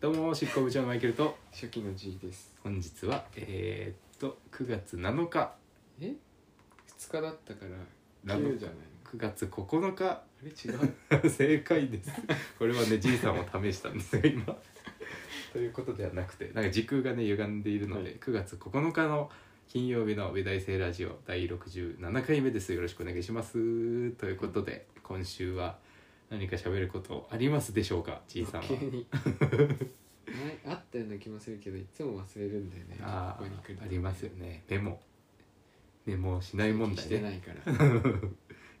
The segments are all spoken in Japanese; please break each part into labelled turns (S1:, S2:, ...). S1: どうも執行部長のマイケルと
S2: 初期の G です
S1: 本日はえー、っと9月7日
S2: え2日だったから
S1: なの
S2: 9じゃないの
S1: 9月9日
S2: あれ違う
S1: 正解ですこれはねじいさんを試したんですが今 ということではなくてなんか時空がね歪んでいるので、
S2: はい
S1: 9月9日の金曜日の「上大生ラジオ」第67回目ですよろしくお願いしますということで今週は何か喋ることありますでしょうかじいさんは
S2: 急に前あったような気もするけどいつも忘れるんだよね
S1: あ
S2: ここに来る
S1: ー
S2: と
S1: ありますよねメモメモしない問題
S2: して
S1: ね
S2: ないから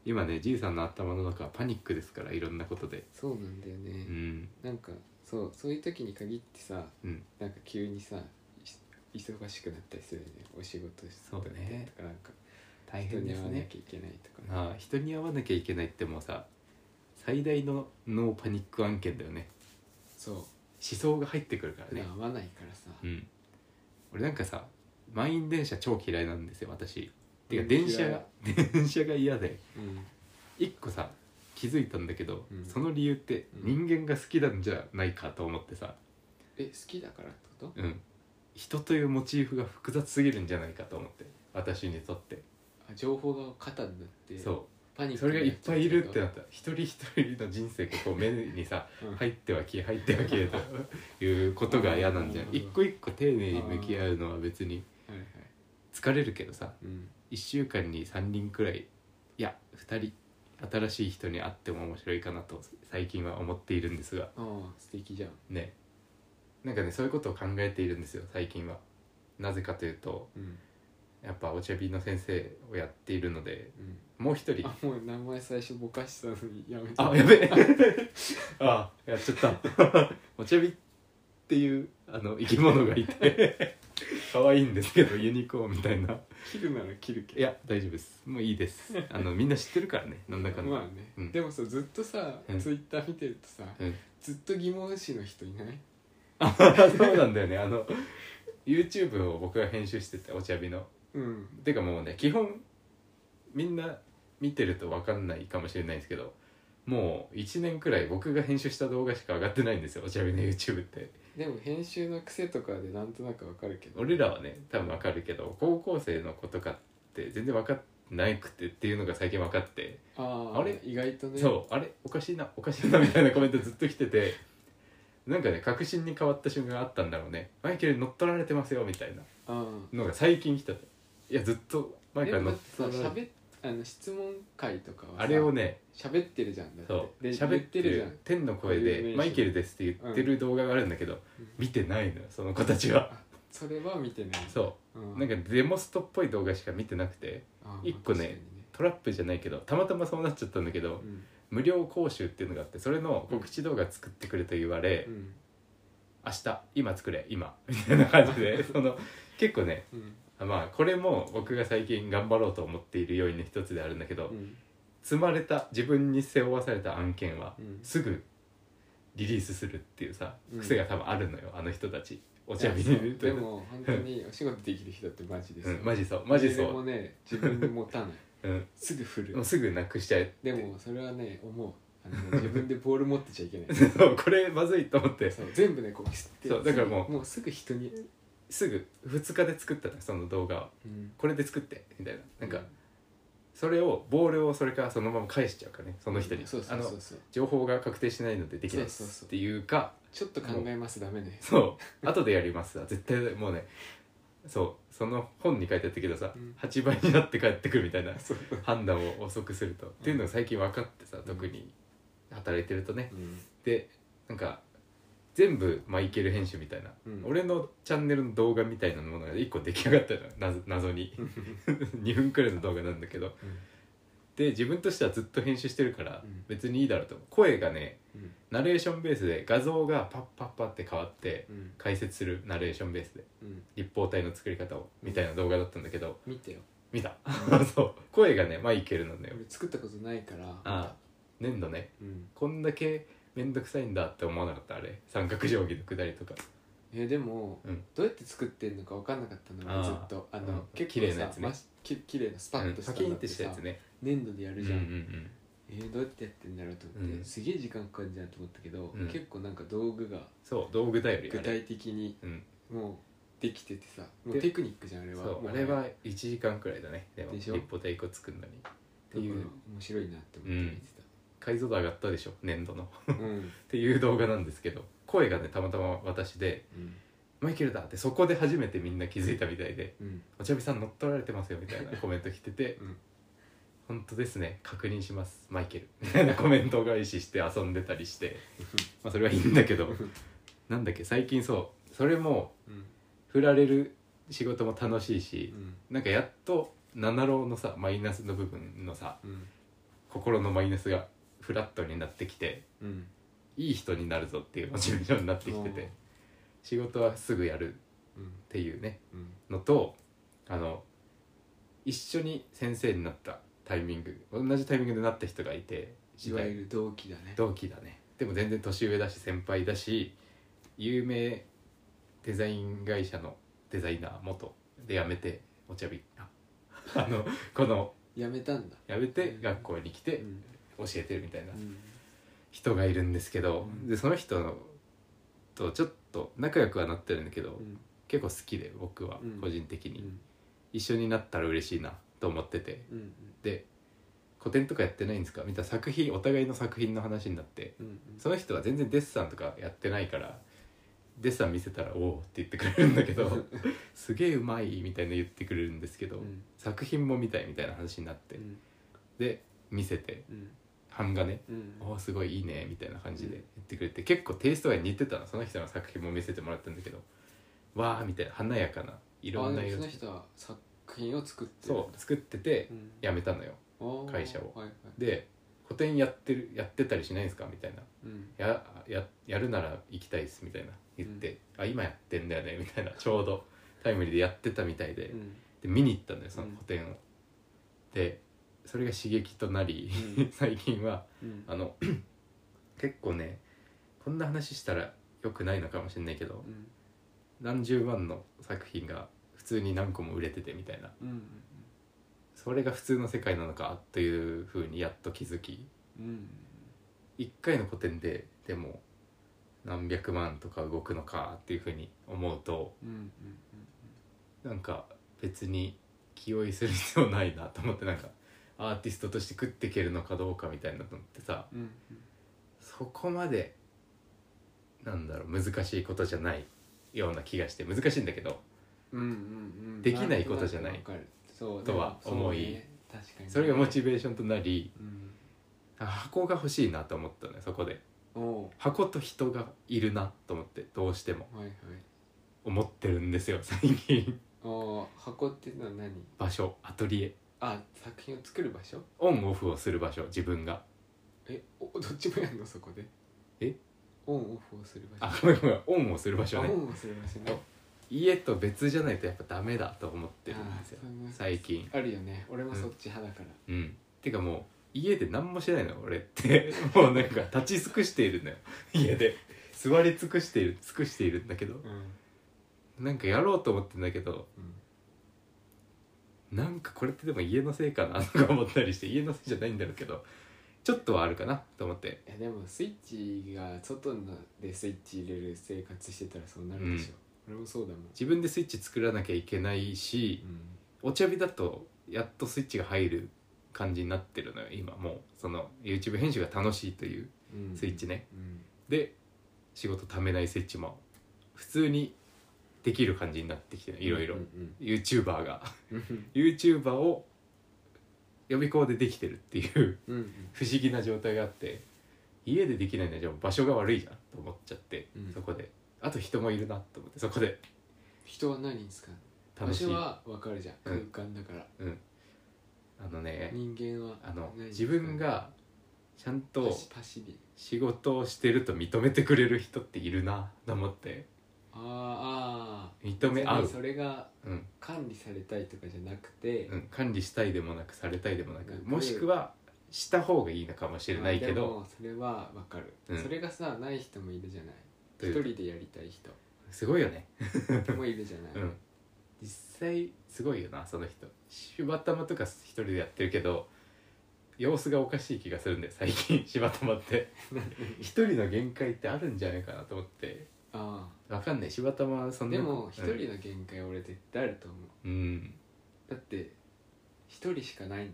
S1: 今ねじいさんの頭の中はパニックですからいろんなことで
S2: そうなんだよね、
S1: うん
S2: なんかそうそういう時に限ってさ
S1: うん
S2: なんか急にさい忙しくなったりするよねお仕事し
S1: そうね
S2: とかなんか
S1: 大
S2: 人
S1: 変
S2: に
S1: で
S2: 会
S1: す
S2: わな
S1: ね
S2: きゃいけないとか、
S1: ああ人に会わなきゃいけないってもうさ最大のノーパニック案件だよね
S2: そう
S1: 思想が入ってくるから
S2: 普
S1: ね
S2: 段会わないからさ、
S1: うん俺なんかさ満員電車超嫌いなんですよ私てか
S2: うん
S1: 電車
S2: 嫌
S1: が
S2: い
S1: 電車が嫌で
S2: うん
S1: 一個さ気づいたんだけど、
S2: うん
S1: その理由って
S2: うん
S1: 人間が好きなんじゃないかと思ってさ、
S2: え好きだからってこと
S1: うん、人というモチーフが複雑すぎるんじゃないかと思って私にとって、
S2: あ情報が肩になって
S1: そ
S2: パニッ
S1: う
S2: ク
S1: それがいっぱいいるってな
S2: な
S1: った一人一人の人生がこう目にさ
S2: うん
S1: 入っては消え入っては消え ということが嫌なんじゃ
S2: あ
S1: ん
S2: ー
S1: 一個一個丁寧に向き合うのは別に
S2: はいはい
S1: 疲れるけどさ
S2: うん
S1: 1週間に3人くらいいや2人新しい人に会っても面白いかなと最近は思っているんですが
S2: ああ素敵じゃん
S1: ねなんかねそういうことを考えているんですよ最近はなぜかというと
S2: うん
S1: やっぱお茶瓶の先生をやっているので
S2: うん
S1: もう一人
S2: あもう名前最初ぼかしたのにやめて
S1: あやべえ あやっちゃった お茶びっていうあの生き物がいて 可愛いんですけどユニコーンみたいな
S2: 切るなら切るけど
S1: いや大丈夫ですもういいですあのみんな知ってるからねなんだかんだ、
S2: まあね、
S1: うん
S2: でもさずっとさ、
S1: うん
S2: ツイッター見てるとさ、
S1: うん
S2: ずっと疑問視の人いない
S1: あそうなんだよねあの YouTube を僕が編集しててお茶びの
S2: うん
S1: てかもうね基本みんな見てると分かんないかもしれないんですけどもう1年くらい僕が編集した動画しか上がってないんですよお茶びの YouTube って
S2: でも編集の癖とかでなんとなくわかるけど
S1: 俺らはね多分わかるけど高校生の子とかって全然分かってなくてっていうのが最近分かって、
S2: ああ
S1: あれ
S2: 意外とね
S1: そうあれおかしいなおかしいなみたいなコメントずっと来ててなんかね確信に変わった瞬間があったんだろうねマイケル乗っ取られてますよみたいな
S2: あ
S1: のが最近来たいやずっと
S2: あ
S1: 前
S2: で
S1: から
S2: も
S1: 乗
S2: だ
S1: っ
S2: ってさ
S1: 取られて
S2: 喋っあの質問会とかはさ
S1: あれをね
S2: 喋ってるじゃんだって
S1: そう
S2: で
S1: 喋ってる
S2: 言
S1: 天の声
S2: こういう名
S1: で「
S2: 詞
S1: マイケルです」って言ってる動画があるんだけど、
S2: うん
S1: 見てないのよその子たちは
S2: あそれは見てない、
S1: そううなんかデモストっぽい動画しか見てなくて
S2: あー
S1: 一個ね
S2: 確かに
S1: トラップじゃないけどたまたまそうなっちゃったんだけど、
S2: うん
S1: 無料講習っていうのがあってそれの告知動画作ってくれと言われ、
S2: うん
S1: 明日今作れ今 みたいな感じ でその結構ね
S2: うん
S1: まあこれも僕が最近頑張ろうと思っている要因の一つであるんだけど、
S2: うん
S1: 積まれた自分に背負わされた案件は
S2: うん
S1: すぐリリースするっていうさ
S2: うん
S1: 癖が多分あるのよ、あの人たちお茶見
S2: いやそ
S1: に
S2: うでも本当にお仕事できる人ってマジです
S1: う
S2: よ、
S1: ん、マジそうマジそ
S2: メールも
S1: う、
S2: ね自分に持たない
S1: うん、
S2: すぐ振
S1: も
S2: る
S1: うすぐなくしちゃえ
S2: でもそれはね思うあの自分でボール持ってちゃいけな い
S1: そうこれまずいと思って
S2: そう全部ねこう吸って
S1: そうだからもう
S2: もうすぐ人に、
S1: すぐ2日で作ったのその動画を
S2: うん、
S1: これで作ってみたいななんか、それをボールをそれからそのまま返しちゃうからねその人に、
S2: そうそ
S1: あ
S2: う
S1: の
S2: そうそう
S1: 情報が確定しないのでできないで
S2: そうそう
S1: す
S2: そう
S1: っていうか
S2: ちょっと考えますダメね
S1: そう後でやりますは絶対もうねそうその本に書いてあったけどさ、
S2: うん
S1: 8倍になって帰ってくるみたいな
S2: そう、
S1: 判断を遅くすると、っていうのが最近分かってさ特に働いてるとね
S2: うん、
S1: でなんか全部マイケル編集みたいな、
S2: うん
S1: 俺のチャンネルの動画みたいなものが1個出来上がったの謎謎 に2分くらいの動画なんだけどで自分としてはずっと編集してるから
S2: うん
S1: 別にいいだろうと声がね
S2: うん
S1: ナレーションベースで画像がパッパッパって変わって
S2: うん
S1: 解説するナレーションベースで
S2: うん
S1: 立方体の作り方をみたいな動画だったんだけど
S2: 見てよ
S1: 見た そう声がねマイケルなのよ
S2: 俺作ったことないから
S1: ああ粘土ね
S2: うん、
S1: こんだけめんどくさいんだって思わなかったあれ三角定規のくだりとか
S2: えでも、
S1: うん
S2: どうやって作ってんのか分かんなかったの
S1: あ
S2: が
S1: あ
S2: ずっとあの、
S1: うん綺
S2: 結構さ
S1: 麗なやつね
S2: ましき綺麗なスパ
S1: う
S2: ッ
S1: ん
S2: とし
S1: パ
S2: た
S1: キ
S2: の
S1: ンっ
S2: って
S1: てし
S2: さ
S1: たやつね
S2: 粘土でや
S1: う
S2: る
S1: ん
S2: じ
S1: う
S2: ゃん、
S1: ん
S2: ええー、どうやってやってんだろうと思って、
S1: うん
S2: すげえ時間かかるじゃんと思ったけど、
S1: うん
S2: 結構なんか道具が
S1: そう道具だよりあ
S2: 具
S1: れ
S2: 体的に
S1: うん
S2: もうできててさもう
S1: で
S2: テクニックじゃんあれは
S1: そう
S2: も
S1: あれは1時間くらいだねでも
S2: でしょ
S1: 一歩太鼓作るのにってい
S2: だ
S1: う
S2: から面白いなって思って見て
S1: 解像度上がったでしょ年度の った
S2: うん
S1: ていう動画なんですけど声がねたまたま私で
S2: うん
S1: 「マイケルだ!」ってそこで初めてみんな気づいたみたいで
S2: うん
S1: 「お茶みさん乗っ取られてますよ」みたい なコメント来てて
S2: うん
S1: 「本当ですね確認しますマイケル」みたい なコメント返しして遊んでたりしてまあそれはいいんだけどなんだっけ最近そうそれも
S2: うん
S1: 振られる仕事も楽しいし
S2: う、ん
S1: なんかやっと七郎のさマイナスの部分のさ
S2: うん
S1: 心のマイナスがフラットになってきて
S2: うん
S1: いい人になるぞっていうモチベーションになってきて
S2: うん
S1: て仕事はすぐやるっ
S2: うん
S1: ていうね
S2: うん
S1: のとあの一緒に先生になったタイミング同じタイミングでなった人がいて
S2: いわゆる同期だね
S1: 同期だねでも全然年上だし先輩だし有名デザイン会社のデザイナー元で辞めてお茶びあ あのこの
S2: やめたんだ
S1: 辞めて学校に来
S2: う
S1: て
S2: ん
S1: 教えてるみたいな
S2: うん
S1: 人がいるんですけど、
S2: うん
S1: でその人とちょっと仲良くはなってるんだけど、
S2: うん
S1: 結構好きで僕は
S2: うん
S1: 個人的
S2: う
S1: に、
S2: ん
S1: 一緒になったら嬉しいなと思ってて
S2: うん
S1: で個展とかやってないんですかみたいな作品お互いの作品の話になって
S2: うんうん
S1: その人は全然デッサンとかやってないからデッサン見せたら「おお」って言ってくれるんだけ どすげえうまいみたいな言ってくれるんですけど、
S2: うん
S1: 作品も見たいみたいな話になって、
S2: うん
S1: で見せて
S2: うん
S1: 版がね
S2: うん
S1: おーすごいいいねみたいな感じで
S2: う
S1: 言
S2: ん
S1: ってくれて結構テイストが似てたのその人の作品も見せてもらったんだけどわーみたいな華やかないろんな
S2: あで
S1: 色
S2: もそ
S1: で
S2: の人は作品を作ってる
S1: そう作ってて
S2: うん
S1: 辞めたのよ
S2: あー
S1: 会社を
S2: はいはい
S1: で個展やってるやってたりしないんですかみたいな
S2: うん
S1: やややるなら行きたいですみたいな言って、あ今やってんだよねみたいなちょうどタイムリーでやってたみたいで,、
S2: うん
S1: で見に行ったんだよその
S2: うん
S1: 個展を、でそれが刺激となり、
S2: う ん
S1: 最近は
S2: うん
S1: あの 結構ねこんな話したら良くないのかもしれないけど
S2: うん
S1: 何十万の作品が普通に何個も売れててみたいな
S2: うん
S1: それが普通の世界なのかというふうにやっと気づき
S2: うんうん
S1: 1回の個展ででも何百万とか動くのかっていうふうに思うと
S2: うんうん
S1: なんか別に気負いする必要ないなと思ってなんかアーティストとして食っていけるのかどうかみたいなのってさ
S2: うんうん
S1: そこまでなんだろう難しいことじゃないような気がして難しいんだけど
S2: うんうんうんうん
S1: できないことじゃない
S2: んとなくわかるそう
S1: とは
S2: でも
S1: 思い
S2: そうね確かに
S1: それがモチベーションとなり
S2: うん
S1: あ箱が欲しいなと思ったねそこで
S2: お
S1: 箱と人がいるなと思ってどうしても
S2: うはいはい
S1: 思ってるんですよ最近
S2: おー箱っていうのは何
S1: 場所アトリエ
S2: あ作品を作る場所
S1: オンオフをする場所自分が
S2: えおどっちもやんのそこで
S1: え
S2: オンオフをする場所
S1: あごめんごめんオンをする場所
S2: あ
S1: ね
S2: オンをする場所ね
S1: 家と別じゃないとやっぱダメだと思ってるんですよ
S2: あーそうね
S1: 最近
S2: あるよね俺もそっち派だから
S1: うんてかもう家で何もしないの俺って もうなんか立ち尽くしているのよ家で座り尽くしている尽くしているんだけど
S2: うん
S1: なんかやろうと思ってんだけど
S2: うん
S1: なんかこれってでも家のせいかなとか思ったりして家のせいじゃないんだろうけどちょっとはあるかなと思って
S2: いやでもスイッチが外のでスイッチ入れる生活してたらそうなるでしょ、俺もそうだもん、
S1: 自分でスイッチ作らなきゃいけないしお茶火だとやっとスイッチが入る感じになってるのよ今もうその YouTube 編集が楽しいという
S2: うん
S1: スイッチね、
S2: うん
S1: で仕事ためないスイッチも普通にできる感じになってきていろいろ
S2: うん
S1: YouTuber が
S2: うん、
S1: YouTuber を予備校でできてるっていう
S2: うんうん
S1: 不思議な状態があって家でできないのはじゃあ場所が悪いじゃんと思っちゃって、
S2: うん
S1: そこであと人もいるなと思ってそこで
S2: 人は何に使うの
S1: 楽しい
S2: 場所は分かるじゃん
S1: うん
S2: 空間だから、
S1: うん、あのね
S2: 人間は
S1: あの
S2: 何に使
S1: 自
S2: う
S1: 分がちゃん
S2: パ
S1: と
S2: シパシリ
S1: 仕事をしてると認めてくれる人っているなと思って
S2: あーあー
S1: 認め合う
S2: 別にそれが
S1: うん、
S2: 管理されたいとかじゃなくて、
S1: うん、管理したいでもなくされたいでもなく
S2: なんか
S1: もしくはした方がいいのかもしれないけ
S2: まあで
S1: ど
S2: もそれは分かる、
S1: うん
S2: それがさない人もいるじゃない
S1: とい
S2: 一
S1: う
S2: 人でやりたい人
S1: すごいよね
S2: もいるじゃない、
S1: うん実際すごいよなその人柴玉とか一人でやってるけど様子がおかしい気がするんで最近 柴玉 って一人の限界ってあるんじゃないかなと思って
S2: あ
S1: わかんない柴玉はそ
S2: あ
S1: んな
S2: でも一人の限界俺絶対あると思う
S1: うん、
S2: だって一人しかない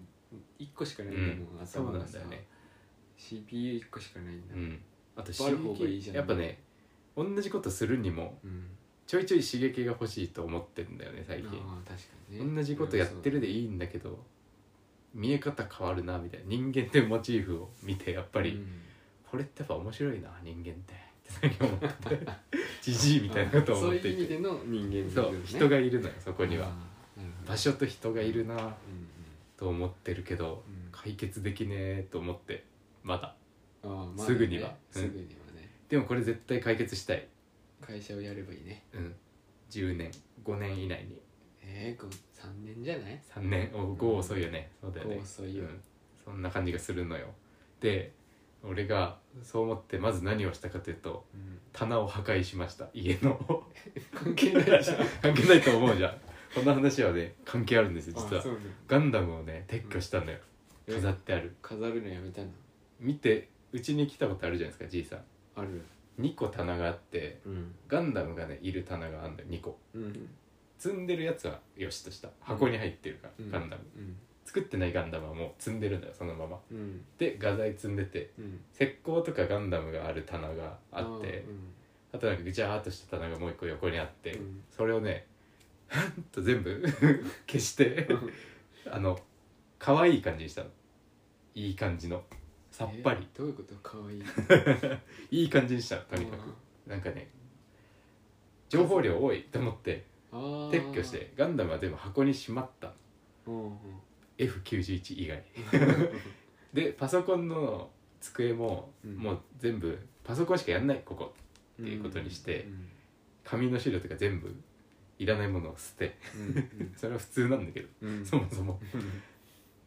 S2: 一個しかないん
S1: う
S2: だ
S1: ん
S2: もん、
S1: そう
S2: 頭
S1: な
S2: が
S1: んだ
S2: さ
S1: よね
S2: CPU 一個しかないんだ
S1: う
S2: もん、
S1: ん、あと
S2: いっぱいある方がいい
S1: 刺
S2: じゃ
S1: 激
S2: ん
S1: やっぱね同じことするにも
S2: うん
S1: ちょいちょい刺激が欲しいと思ってんだよね最近
S2: ああ確かにね
S1: 同じことやってるでいいんだけど見え方変わるなみたいな人間ってモチーフを見てやっぱり、
S2: うん
S1: これってやっぱ面白いな人間ってって最近思ってて ジジイみたいなことを思って
S2: そういう意
S1: い
S2: 味で
S1: て
S2: の人間
S1: そう人
S2: こ
S1: がいるのよそこには場
S2: 所
S1: 所と人がいるな
S2: うん
S1: と思ってるけど
S2: うんうん
S1: 解決できねえと思ってまだ
S2: ああまあね
S1: すぐには
S2: すぐにはね
S1: でもこれ絶対解決したい
S2: 会社をやればいいね
S1: うん10年5年以内に
S2: ええ3年じゃない
S1: 3年お5遅いよねそうだよね
S2: 5遅いよ
S1: うんそんな感じがするのよで俺がそう思ってまず何をしたかというと
S2: うん
S1: 棚を破壊しました家の
S2: 関係ないじゃん
S1: 関係ないと思うじゃんこんな話はね関係あるんですよ実
S2: あ
S1: は
S2: そうね
S1: ガンダムをね撤去したのよ、
S2: うん
S1: 飾ってある
S2: 飾るのやめたの
S1: 見てうちに来たことあるじゃないですかじいさ
S2: ある
S1: ん2個棚があって
S2: うん
S1: ガンダムがねいる棚があるんだよ2個
S2: うん
S1: 積んでるやつはよしとした箱に入ってるから、
S2: うん
S1: ガンダム
S2: うん
S1: 作ってないガンダムはもう積んでるんだよそのまま
S2: うん
S1: で画材積んでて
S2: うん
S1: 石膏とかガンダムがある棚があってあ,、となんかぐちゃーっとした棚がもう一個横にあって、
S2: うん
S1: それをねと全部 消して
S2: うんうん
S1: あの可愛い感じにしたのいい感じのさっぱり
S2: え、どういうことかわいい
S1: いい感じにしたのとにかくなんかね情報量多いと思って撤
S2: 撤
S1: 去してガンダムは全部箱にしまったの
S2: うんうん
S1: F91 以 外でパソコンの机も、
S2: うん
S1: もう全部パソコンしかやんないここっていうことにして
S2: うん
S1: 紙の資料とか全部いらないものを捨て
S2: うん
S1: それは普通なんだけど、
S2: うんうん
S1: そもそも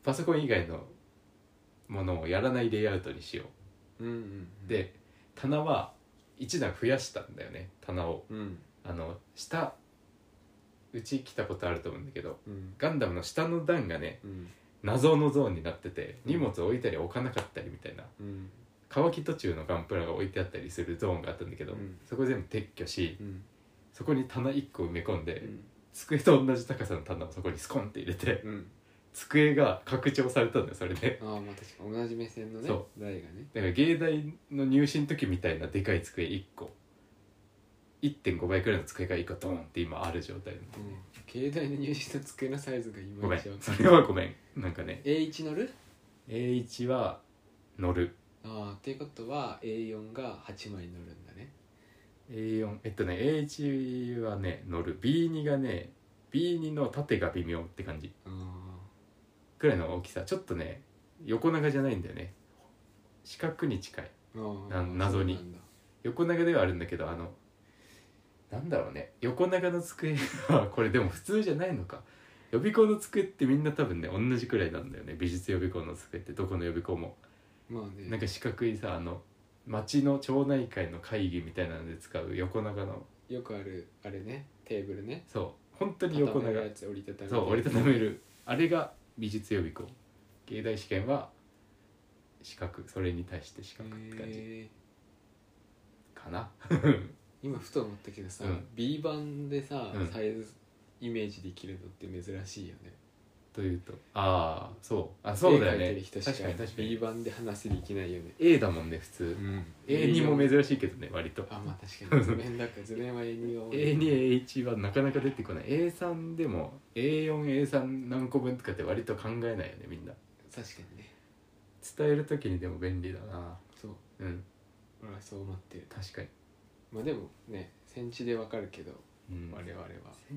S1: パソコン以外のものをやらないレイアウトにしよ
S2: うんうん
S1: うで棚は1段増やしたんだよね棚を
S2: うん
S1: あの下うち来たことあると思うんだけど
S2: うん
S1: ガンダムの下の段がね
S2: うん
S1: 謎のゾーンになってて荷物置いたり置かなかったりみたいな
S2: うん
S1: 乾き途中のガンプラが置いてあったりするゾーンがあったんだけど、
S2: うん
S1: そこ全部撤去し
S2: うん
S1: そこに棚1個埋め込んで、
S2: うん
S1: 机と同じ高さの棚をそこにスコンって入れて
S2: うん
S1: 机が拡張されたんだよそれで
S2: ああまあ確かに同じ目線のね
S1: そ
S2: 台がね
S1: だから芸大の入試の時みたいなでかい机1個1.5倍くらいの机が1個ドーンって今ある状態
S2: うん携帯の入試の机のサイズがい
S1: ごめ
S2: まい
S1: ん
S2: ちわか
S1: そ
S2: ん
S1: れ
S2: ない
S1: はごめんなんかね
S2: A1 乗る
S1: A1 は乗る
S2: ああっていうことは A4 が8枚乗るんだね
S1: A4 えっとね A1 はね乗る B2 がね B2 の縦が微妙って感じ
S2: あ
S1: くらいの大きさちょっとね横長じゃないんだよね四角に近い
S2: ーあ
S1: な
S2: ー
S1: 謎に
S2: そうなんだ
S1: 横長ではあるんだけどあのなんだろうね横長の机はこれでも普通じゃないのか予備校の机ってみんな多分ね同じくらいなんだよね美術予備校の机ってどこの予備校も
S2: まあね
S1: なんか四角いさあの町の町内会の会議みたいなので使う横長の
S2: よくあるあれねテーブルね
S1: そう本当に横
S2: 畳め
S1: 長
S2: るやつ折りたたみ
S1: そう折りたためるあれが美術予備校芸大試験は四角それに対して四角って感じ
S2: えー
S1: かな、
S2: 今ふと思ったけどさ、
S1: うん
S2: B 版でさ、
S1: うん
S2: サイズイメージできるのって珍しいよね
S1: というとああそうあそうだよ
S2: 絵描い
S1: ね
S2: てる人しか
S1: 確かに確か
S2: B
S1: に
S2: 版で話できないよね
S1: A だもんね普通、A にも珍しいけどね割と
S2: あまあ確かに図面だから図面は A2 が多い
S1: A2A1 はなかなか出てこない A3 でも A4A3 何個分とかって割と考えないよねみんな
S2: 確かにね
S1: 伝える時にでも便利だな
S2: そう
S1: うん
S2: 俺はそう思ってる
S1: 確かに、
S2: まあでもねセンチでわかるけど
S1: うん、
S2: 我々は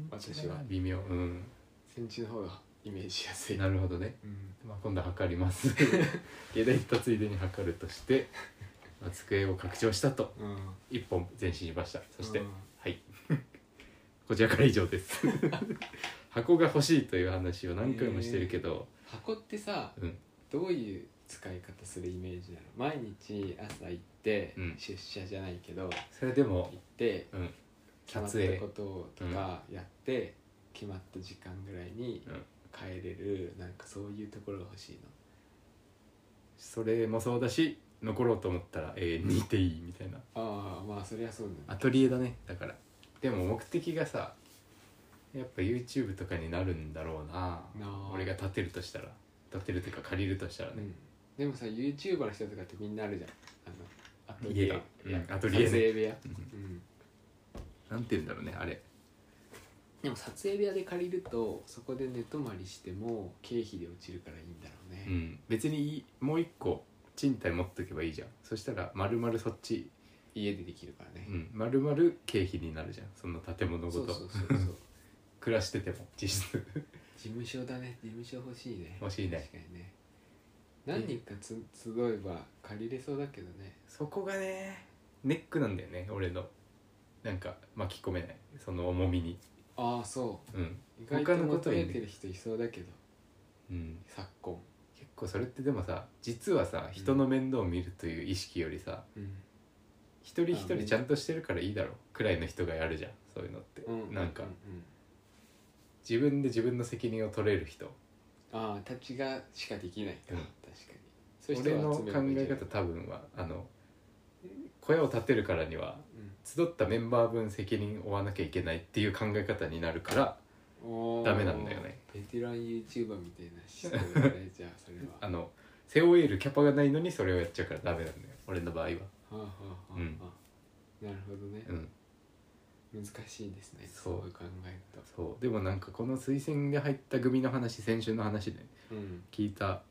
S1: 私
S2: 私
S1: は
S2: は
S1: 微妙うん
S2: センチの方がイメージしやすい
S1: なるほどね
S2: うん
S1: まあ、今度測ります 下段行ったついでに測るとして、まあ、机を拡張したと
S2: うん
S1: 一本前進しましたそして、
S2: うん
S1: はいこちらから以上です 箱が欲しいという話を何回もしてるけど、
S2: 箱ってさ
S1: うん
S2: どういう使い方するイメージなの毎日朝行って、
S1: うん
S2: 出社じゃないけど行
S1: それでも
S2: って
S1: うん
S2: 決まっ
S1: 撮影
S2: たこととかやって、決まった時間ぐらいに
S1: うん
S2: 帰れるなんかそういうところが欲しいの
S1: それもそうだし残ろうと思ったら永遠にいていいみたいな
S2: ああまあそりゃそうだ
S1: アトリエだねだからでも目的がさやっぱ YouTube とかになるんだろうな
S2: なあ
S1: 俺が建てるとしたら建てるというか借りるとしたら
S2: ね、
S1: ね、
S2: うん、でもさ YouTuber の人とかってみんなあるじゃんあのアトリエ
S1: 家うん
S2: いや
S1: アトリエね
S2: 撮影部屋、
S1: うん
S2: うん、
S1: なんて言うんだろうねあれ
S2: でも撮影部屋で借りるとそこで寝泊まりしても経費で落ちるからいいんだろうね、
S1: うん別にいいもう一個賃貸持っとけばいいじゃんそしたら丸々そっち、
S2: 家でできるからね
S1: う、ん、丸々経費になるじゃんその建物ご
S2: そう
S1: と
S2: そうそ うそう
S1: 暮らしてても実質
S2: 事務所だね事務所欲しいね
S1: 欲しいね
S2: 確かにね何人かつ集えば借りれそうだけどね
S1: そこがねネックなんだよね俺のなんか巻き込めないその重みに
S2: ああそ
S1: うん、
S2: う意外
S1: 他
S2: と
S1: のこ
S2: 求
S1: とに
S2: めてる人いそうだけど
S1: うん、
S2: 昨今
S1: 結構それってでもさ実はさ
S2: うん
S1: 人の面倒を見るという意識よりさ、
S2: うん
S1: 一人一人ちゃんとしてるからいいだろうくらいの人がやるじゃんそういうのって、
S2: うん
S1: なんか
S2: うんうん
S1: 自分で自分の責任を取れる人
S2: ああたちがしかできないか、
S1: うん
S2: 確かにそういう
S1: 俺
S2: 人
S1: の
S2: を
S1: 考
S2: 集めればいいんじゃ
S1: え
S2: ない
S1: 方多分はあの小屋を建てるからには
S2: うん
S1: 集ったメンバー分責任を負わなきゃいけないっていう考え方になるから
S2: おー
S1: ダメなんだよね
S2: ベテラン YouTuber みたいな人だねじゃあそれは
S1: あの背負えるキャパがないのにそれをやっちゃうからダメなんだよ俺の場合は
S2: はあはあはあ、
S1: うん
S2: なるほどね
S1: う、ん
S2: 難しいですね
S1: そう
S2: いう考えると
S1: そうでもなんかこの推薦で入った組の話先週の話で
S2: うん
S1: 聞いた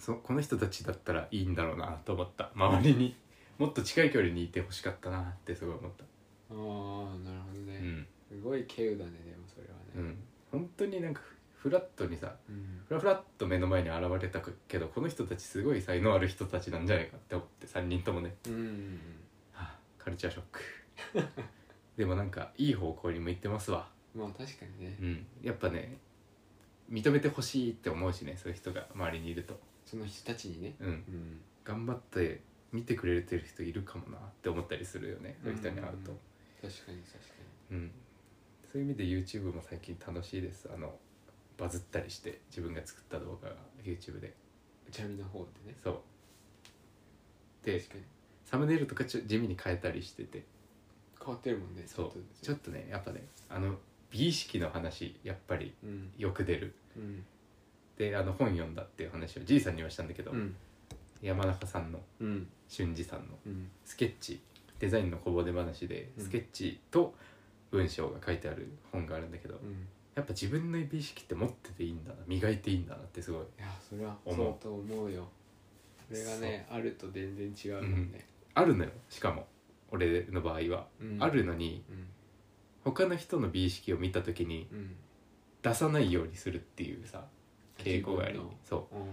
S1: そこの人たちだったらいいんだろうなと思った周りにもっと近い距離にいてほしかったなってすごい思った
S2: ああなるほど
S1: う
S2: ね、
S1: ん、
S2: すごい稀有だねでもそれは
S1: う
S2: ね
S1: ん、本当になんかフラットにさ
S2: うん、
S1: フラフラっと目の前に現れたけどこの人たちすごい才能ある人たちなんじゃないかって思って3人ともね、
S2: うん
S1: はあ、カルチャーショック でもなんかいい方向に向いてますわ
S2: まあ確かにね、
S1: うんやっぱね認めてほしいって思うしねそういう人が周りにいると
S2: その人たちにね、
S1: うん
S2: うん、
S1: 頑張って見てくれてる人いるかもなって思ったりするよねそういう人に会うと
S2: ん確かに確か
S1: うんそういう意味で YouTube も最近楽しいですあのバズったりして自分が作った動画が YouTube で
S2: にちなみの方ってね
S1: そうで
S2: 確かに
S1: サムネイルとかちょ地味に変えたりしてて
S2: 変わってるもんね
S1: そう
S2: ずつ
S1: ちょっとねやっぱねあの美意識の話やっぱり
S2: うん
S1: よく出る
S2: うん
S1: であの本読んだっていう話をじいさんにはしたんだけど、
S2: うん
S1: 山中さんの
S2: うん
S1: 俊二さんの
S2: うん
S1: スケッチデザインのこぼれ話で、
S2: うん
S1: スケッチと文章が書いてある本があるんだけど、
S2: うん
S1: やっぱ自分の美意識って持ってていいんだな磨いていいんだなってすごい
S2: いやそれはそ
S1: 思う
S2: うと思うよそれがねあると全然違うもんね、
S1: あるのよしかも俺の場合は、
S2: うん
S1: あるのに
S2: うん
S1: 他の人の美意識を見た時に
S2: うん
S1: 出さないようにするっていうさ傾向があり
S2: 自分の
S1: そう
S2: うん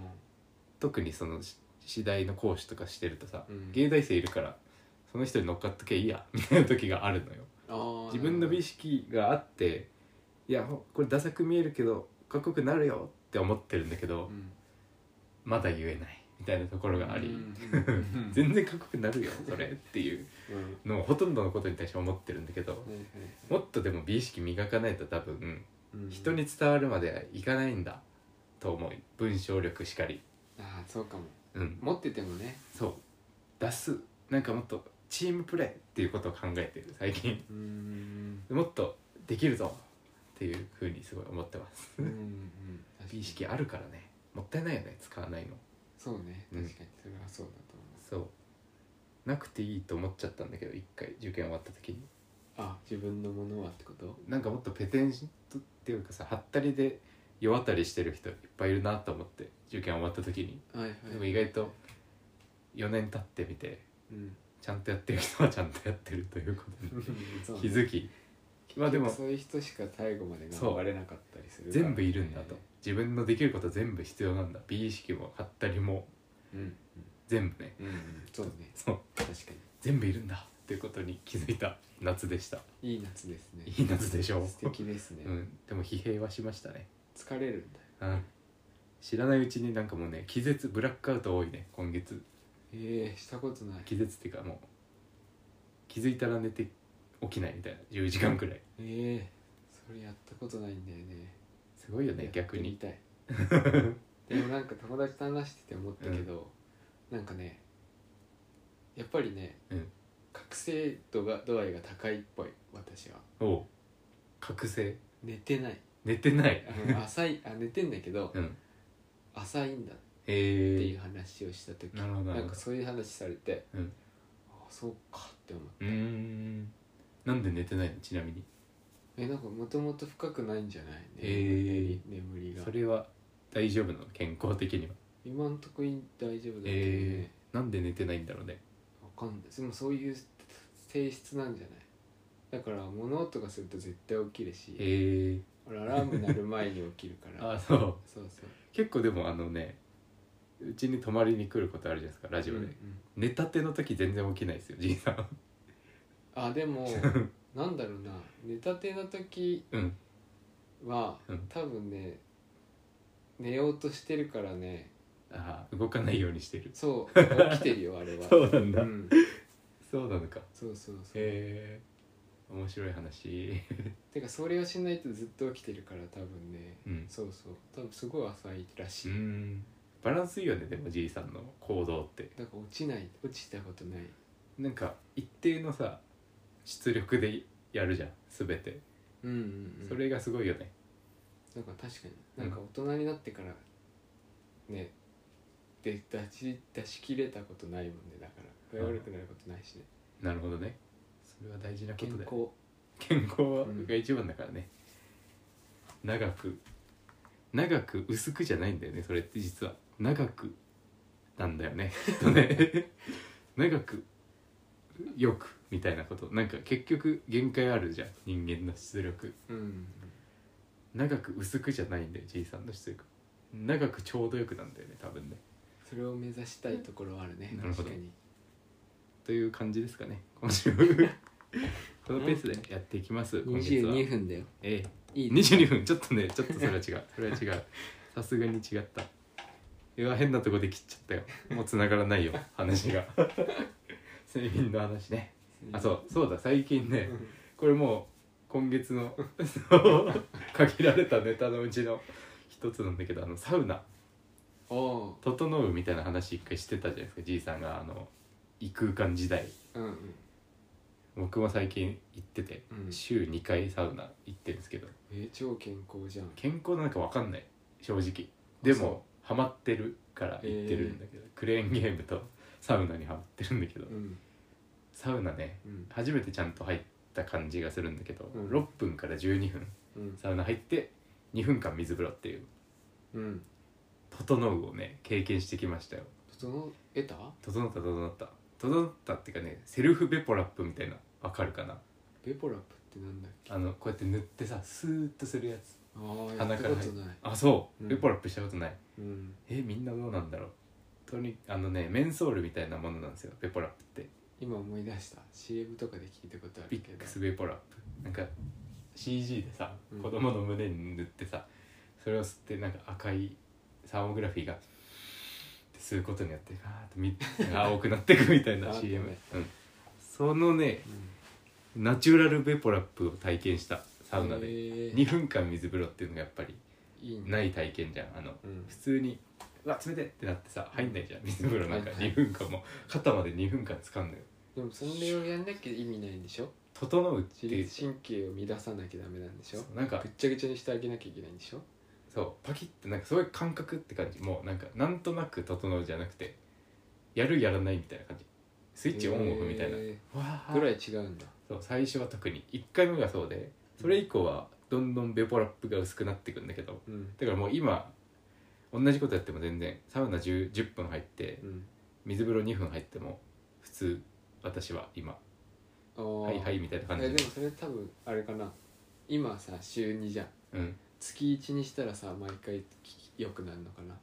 S1: 特にそのし次第の講師とかしてるとさ、
S2: うん
S1: 芸大生いるからその人に乗っかっとけばいいや みたいな時があるのよ
S2: あー
S1: 自分の美意識があっていやほこれダサく見えるけどかっこよくなるよって思ってるんだけど、
S2: うん
S1: まだ言えないみたいなところがあり、
S2: うんうんうん
S1: 全然かっこよくなるよそれっていう
S2: うん
S1: のをほとんどのことに対して思ってるんだけど
S2: はいはい
S1: もっとでも美意識磨かないと多分
S2: うん
S1: 人に伝わるまでいかないんだと思う文章力しかり
S2: ああそうかも
S1: うん
S2: 持っててもね
S1: そう出すなんかもっとチームプレーっていうことを考えてる最近
S2: うーん
S1: もっとできるぞっていうふうにすごい思ってます
S2: うんうん確 か
S1: 美
S2: に
S1: 意識あるからねもったいないよね使わないの
S2: そうね
S1: うん
S2: 確かにそれはそうだと思う
S1: そうなくていいと思っちゃったんだけど一回受験終わった時に
S2: あ自分のものはってこと
S1: なんかもっとペテンシトっていうかさはったりで世渡りしてる人いっぱいいるなと思って受験終わった時に
S2: はいはい
S1: でも意外と4年経ってみて
S2: うん
S1: ちゃんとやってる人はちゃんとやってるということに
S2: そうね
S1: 気づきまあでも
S2: そういう人しか最後まで頑張れなかったりするから
S1: 全部いるんだと自分のできること全部必要なんだ美意識もはったりも
S2: うん
S1: 全部ね
S2: うんうんそうね
S1: そう
S2: 確か
S1: 全部いるんだっていうことに気づいた夏でした
S2: にいい夏ですね
S1: いい夏でしょう
S2: 素敵ですね
S1: うんでも疲弊はしましたね
S2: 疲れるんだよ
S1: うん知らないうちになんかもうね気絶ブラックアウト多いね今月
S2: ええしたことない
S1: 気絶っていうかもう気づいたら寝て起きないみたいな10時間くらい
S2: ええそれやったことないんだよね
S1: すごいよね
S2: やって
S1: 逆
S2: み
S1: に
S2: たいでもなんか友達と話してて思ったけど、なんかねやっぱりね、
S1: うん
S2: 覚醒度が度合いが高いっぽい私は
S1: おう覚醒
S2: 寝てない
S1: 寝てない
S2: あの浅いあ寝てんだけど
S1: うん
S2: 浅いんだっ
S1: え
S2: て
S1: ー、
S2: いう話をした時、
S1: なるほどなる
S2: な
S1: ほ
S2: ん
S1: ど
S2: かそういう話されて、
S1: うん
S2: あそうかって思う
S1: うーんなんで寝てないのちなみに
S2: えなんかもともと深くないんじゃない、ね
S1: へー
S2: 眠りが
S1: それは大丈夫なの健康的には
S2: 今んとこに大丈夫だけどね、
S1: えー、なんで寝てないんだろうね
S2: わかんないでもそういう性質なんじゃないだから物音がすると絶対起きるし、
S1: え
S2: 俺アラーム鳴る前に起きるか
S1: ー、
S2: ら
S1: あそう
S2: そうそう
S1: 結構でもあのねうちに泊まりに来ることあるじゃないですかラジオで、
S2: うんうん
S1: 寝たての時全然起きないですよじいさん
S2: あ でもなんだろうな寝たての時
S1: うん
S2: は、
S1: うん
S2: 多分ね寝ようとしてるからね
S1: ああ動かないようにしてる
S2: そう 起きてるよあれは
S1: そうなんだ、
S2: うん、
S1: そうなのか
S2: そうそうそう、
S1: へえー、面白い話
S2: てかそれをしないとずっと起きてるから多分ね
S1: うん
S2: そうそう多分すごい浅いら
S1: う
S2: しい、
S1: んバランスいいよねでもじいさんの行動って
S2: だから落ちない落ちたことない
S1: なんか一定のさ出力でやるじゃん全て
S2: うんうん、うん、
S1: それがすごいよね
S2: なんか確
S1: う
S2: か
S1: ん
S2: になんか大人になってからねで出し出し切れたことないもんねだから具合悪くなることないしね
S1: なるほどねそれは大事なこと
S2: 健
S1: だよ
S2: 康
S1: 健康
S2: うん
S1: が一番だからね、長く長く薄くじゃないんだよねそれって実は長くなんだよねきっとね長くよくみたいなことなんか結局限界あるじゃん人間の出力
S2: うん
S1: 長く薄くじゃないんだよじいさんの出力長くちょうどよくなんだよね多分ね
S2: それを目指したいところはあるね
S1: なるほど
S2: 確かに
S1: という感じです かね今週このペースでやっていきます今月は
S2: 22分だよ
S1: ええ
S2: いいね
S1: 22分ちょっとねちょっとそれは違うそれは違うさすがに違ったうわ変なとこで切っちゃったよもう繋がらないよ話が睡眠の話ねあそうそうだ最近ねこれもう今月 のそう限られたネタのうちの一つなんだけどあのサウナ
S2: おお
S1: 整うみたいな話一回してたじゃないですかじいさんがあの異空間時代
S2: ううんうん
S1: 僕も最近行ってて、
S2: うん
S1: 週2回サウナ行ってるんですけど
S2: え超健康じゃん
S1: 健康なんかわかんない正直で
S2: そ
S1: もハマってるから行ってるんだけど、クレーンゲームと サウナにハマってるんだけど、
S2: うん
S1: サウナね
S2: うん
S1: 初めてちゃんと入った感じがするんだけど、
S2: うん
S1: 6分から12分
S2: うん
S1: サウナ入って2分間水風呂っていう
S2: うん
S1: 「整う」をね経験してきましたよ
S2: 整えた
S1: 整った整った整ったっていうかねセルフベポラップみたいなわかるかな
S2: ベポラップってなんだっけ
S1: あのこうやって塗ってさスーッとするやつ
S2: ああや
S1: 鼻
S2: っ
S1: か
S2: た
S1: ら
S2: ことない
S1: あそう、
S2: うん
S1: ベポラップしたことない
S2: うん
S1: えみんなどうなんだろうとにあのねメンソールみたいなものなんですよベポラップって
S2: 今思い出した CM とかで聞いたことあ
S1: ビ
S2: る
S1: ッ
S2: けど
S1: クスベポラップなんか CG でさ
S2: うん
S1: 子供の胸に塗ってさそれを吸ってなんか赤いサーモグラフィーがって吸うことによってあーっとみ青くなっていくみたい な
S2: あー
S1: CM、
S2: ね
S1: うん、そのね
S2: うん
S1: ナチュラルベポラップを体験したサウナ
S2: へ
S1: で
S2: ー
S1: 2分間水風呂っていうのがやっぱり
S2: いいね
S1: ない体験じゃんあの
S2: うん
S1: 普通に「うわ冷て!」ってなってさ入んないじゃん水風呂なんか
S2: はいはい
S1: 2分間も肩まで2分間使うのよ
S2: でもそれをやんなきゃ意味ないんでしょ
S1: 「整う」って
S2: 自
S1: いう
S2: 律神経を乱さなきゃダメなんでしょ
S1: そうなんか
S2: ぐっちゃぐちゃにしてあげなきゃいけないんでしょ
S1: そうパキッてなんかそういう感覚って感じもうなんかなんとなく整うじゃなくてやるやらないみたいな感じスイッチオンオフみたいな、
S2: え
S1: わ
S2: ー
S1: ー
S2: ぐらい違うんだ
S1: そう最初は特に1回目がそうでそれ以降はどんどんベポラップが薄くなっていくんだけど
S2: うん
S1: だからもう今同じことやっても全然サウナ 10, 10分入って
S2: うん
S1: 水風呂2分入っても普通私は今
S2: ああ
S1: はいはいみたいな感
S2: え
S1: じ
S2: でもそれ多分あれかな今さ週2じゃん
S1: うん
S2: 月1にしたらさ毎回良くなるのかな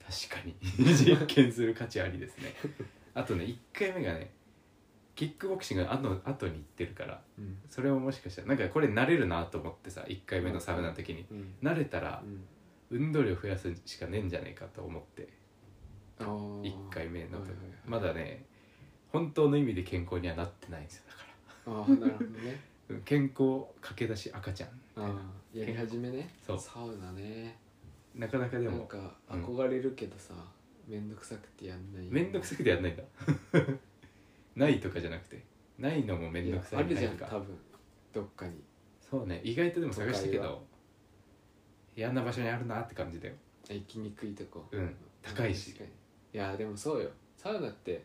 S1: 確かに実験する価値ありですねあとね1回目がねキックボクシングの後の後に行ってるから
S2: うん
S1: それももしかしたらなんかこれ慣れるなと思ってさ1回目のサウナの時に
S2: うん
S1: 慣れたら
S2: うん
S1: 運動量増やすしかねえんじゃないかと思って
S2: あー
S1: 1回目の
S2: はい
S1: 時
S2: はいはい
S1: まだね本当の意味で健康にはなってないんですよだか
S2: ああなるほど ね
S1: らうん健康駆け出し赤ちゃん
S2: ああやり始めね
S1: そう
S2: サウナね
S1: なかなかで
S2: なん
S1: も
S2: か
S1: うん
S2: 憧れるけどさ、めんどくさくてやんない
S1: 面倒くさくてやんないんだ ないとかじゃなくてないのも面倒くさ
S2: いや
S1: い
S2: あるじゃ
S1: な
S2: ん
S1: いと
S2: 多
S1: か
S2: 分どっかに
S1: そうね意外とでも探したけ
S2: 都会
S1: ど嫌な場所にあるなって感じだよ
S2: あ行きにくいとこ
S1: うん高いし
S2: 確かにいやでもそうよサウナって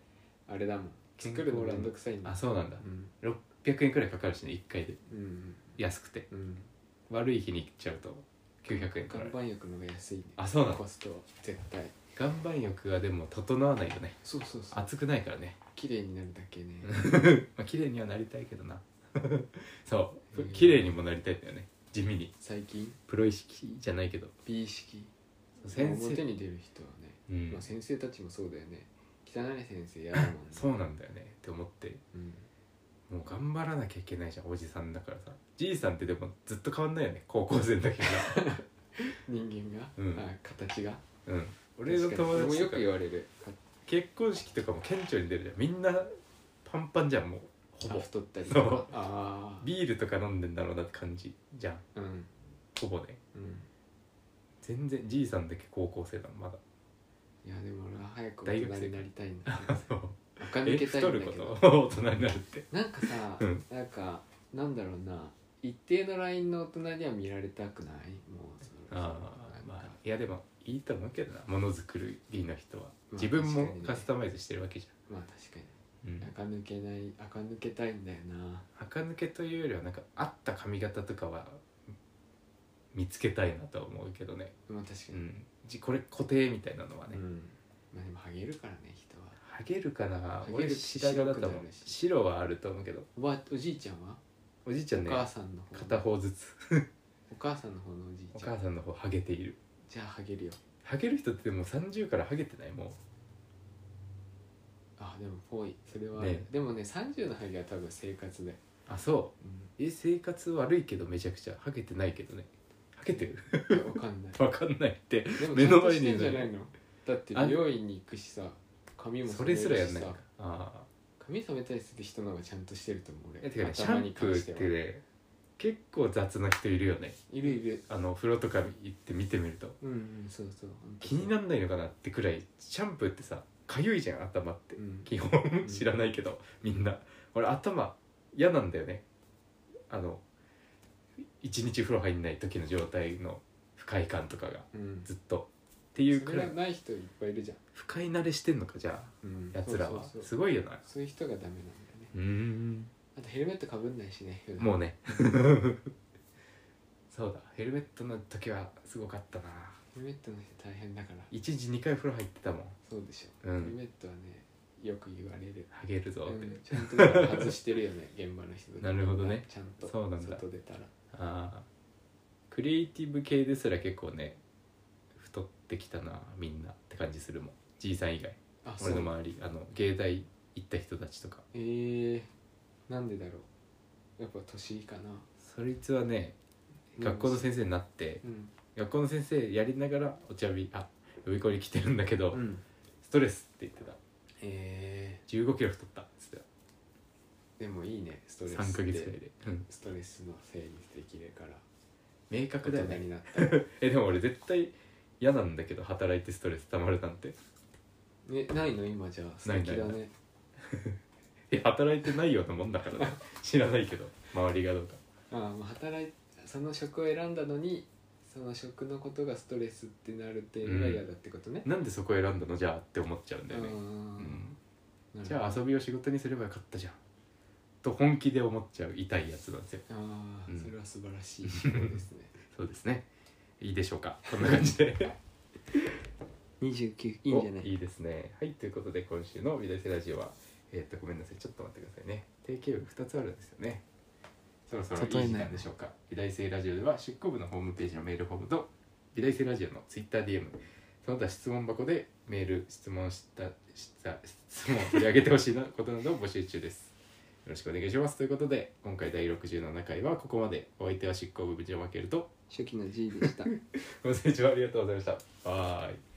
S2: あれだもん作るのめんどくさいんだ
S1: あそうなんだ
S2: うん
S1: 600円くらいかかるしね1回で
S2: うん
S1: 安くて
S2: うん
S1: 悪い日に行っちゃうと900円から
S2: 岩盤浴の方が安いね
S1: あそうなの
S2: コストは絶対
S1: 岩盤浴はでも整わないとね
S2: そうそうそう
S1: 熱くないからね
S2: 綺麗になるだけね
S1: まあ綺麗にはなりたいけどな そう
S2: うん
S1: 綺麗にもなりたいんだよね地味に
S2: 最近
S1: プロ意識じゃないけど
S2: 美意識
S1: 先生
S2: 表に出る人はね、
S1: うん
S2: まあ、先生たちもそうだよね汚い先生やだもんね
S1: そうなんだよねって思って
S2: うん
S1: もう頑張らなきゃいけないじゃんおじさんだからさじいさんってでもずっと変わんないよね高校生の時か
S2: 人間が、
S1: うん
S2: あ形が
S1: らうん俺の
S2: 確かに
S1: 友
S2: それも
S1: 達と
S2: よ
S1: か
S2: く言われる
S1: 結婚式とかも顕著に出るじゃんみんなパンパンじゃんもうほ
S2: あ
S1: ぼ
S2: 太ったりと
S1: そう
S2: かあ
S1: ビールとか飲んでんだろうなって感じじゃん
S2: あうん
S1: ほぼね
S2: うん
S1: 全然じいさんだけ高校生だま だ
S2: いやでも俺は早く
S1: 大
S2: 大
S1: 学
S2: 人
S1: 生
S2: になりたいんだ
S1: そう
S2: 垢
S1: え
S2: 抜けたい
S1: 太
S2: ん
S1: る
S2: だ
S1: こ
S2: けど
S1: と大人になる って
S2: なんかさ、
S1: うん
S2: なんかなんだろうな一定のラインの大人には見られたくないもうその
S1: あ
S2: なん
S1: あ
S2: か
S1: まあいやでもいいと思うけどなものづくりの人は
S2: あ
S1: 自分も
S2: 確かにね
S1: カスタマイズしてるわけじ
S2: まあ確か
S1: ゃ
S2: に
S1: ん、うん、
S2: 垢抜けない垢抜けたいんだよな
S1: 垢抜けというよりはなんか合った髪型とかは見つけたいなとは思うけどね、
S2: まあ確
S1: う
S2: かに
S1: ん、じこれ固定みたいなのはね、
S2: うんまあでもハゲるからね人は
S1: ハゲるかな
S2: ハゲる
S1: 俺白髪だと
S2: 白く
S1: 思う
S2: なるし
S1: 白はあると思うけど
S2: おばあおじいちゃんは
S1: おじいちゃん
S2: お
S1: ね
S2: 母さんの方
S1: 片方ずつ
S2: お母さんの方のおじい
S1: お
S2: ちゃん
S1: 母さんの方ハゲている
S2: じゃあハゲるよ
S1: ハゲる人ってでも30からハゲてないも
S2: あでもぽいそれは、
S1: ね
S2: でもね30のハゲは多分生活で、
S1: うあそう
S2: うん
S1: え生活悪いけどめちゃくちゃハゲてないけどねハゲてる
S2: いや、わかんない
S1: わかんないって
S2: でも
S1: 目
S2: 目
S1: の
S2: の
S1: 前
S2: 前
S1: に
S2: にしてんじゃないのだって
S1: あ
S2: 美容院に行くしさ髪も
S1: それすらやんない
S2: 染
S1: か
S2: めるしさ
S1: ああ
S2: 髪染めたりする人の方がちゃんとしてると思う
S1: え
S2: 俺
S1: てかねシ
S2: 頭
S1: ャン
S2: に
S1: プー
S2: 関
S1: っ
S2: しては
S1: てね結構雑な人いるよね
S2: いるいる
S1: あの風呂とか行って見てみると
S2: うんうんそうそう
S1: 気になんんないのかなってくらいシャンプーってさかゆいじゃん頭って
S2: うん
S1: 基本知らないけどみんな俺頭嫌なんだよねあの一日風呂入んない時の状態の不快感とかが
S2: うん
S1: ずっとっていう
S2: そ
S1: く
S2: れ
S1: ら
S2: が
S1: い
S2: ない人いっぱいいるじゃん
S1: 不快慣れしてんのかじゃあ
S2: うん
S1: やつらは
S2: そうそうそう
S1: すごいよな
S2: そういう人がダメなんだよね
S1: うーん
S2: あとヘルメットかぶんないしね普段
S1: もうね そうだヘルメットの時はすごかったな
S2: ヘルメットの人大変だから
S1: 一時2回風呂入ってたもん
S2: そうでしょ
S1: うん
S2: ヘルメットはねよく言われる
S1: ハゲるぞって、
S2: うんちゃんとだから外してるよね 現場の人とか
S1: なるほどね
S2: ちゃんと
S1: そうなんだ
S2: 外出たら
S1: ああクリエイティブ系ですら結構ね太ってきたなみんなって感じするもんじいさん以外
S2: あそう
S1: 俺の周りあの芸大行った人たちとか
S2: えー、なんでだろうやっぱ年かな
S1: そいつはね学校の先生になって
S2: うん、
S1: 学校の先生やりながらお茶びあ予備校に来てるんだけど、
S2: うん、
S1: ストレスって言ってた
S2: え
S1: 1 5キロ太ったっつって
S2: ー、でもいいねスト
S1: た
S2: レス
S1: 3ヶ月ぐらい
S2: で
S1: で、うん、
S2: ストレスのせいにできるから
S1: 明
S2: 大
S1: 確だ
S2: 人
S1: よね
S2: になったら
S1: えでも俺絶対嫌なんだけど働いてストレス溜まるなんて
S2: ねないの今じゃあ素
S1: ない
S2: 敵だ
S1: な
S2: ね
S1: え働いてないようなもんだからね知らないけど周りがどうか
S2: ああまあ働いその職を選んだのにその職のことがストレスってなるっていうのが嫌だってことね、
S1: なんでそこ選んだのじゃあって思っちゃうん
S2: う
S1: だ
S2: ん
S1: よね、
S2: なるほ
S1: う
S2: ど
S1: んじゃあ遊びを仕事にすればよかったじゃんと本気で思っちゃう痛いやつなんですよ
S2: ああ、
S1: うん
S2: それは素晴らしい思考ですね
S1: そうですねいいでしょうかこんな感じで
S2: 29い
S1: おいいですねはいということで今週の「緑世ラジオは」えーっとごめんなさいちょっと待ってくださいね定型文2つあるんですよねそろそろいい
S2: 例え
S1: 時
S2: ない
S1: 間でしょうか美大生ラジオでは出向部のホームページのメールフォームと美大生ラジオのツイッター DM その他質問箱でメール質問したした質問を取り上げてほしいなことなどを募集中ですよろしくお願いしますということで今回第67回はここまでお相手は執行部部長負けると
S2: 初期の G でした
S1: ご清聴ありがとうございましたバイ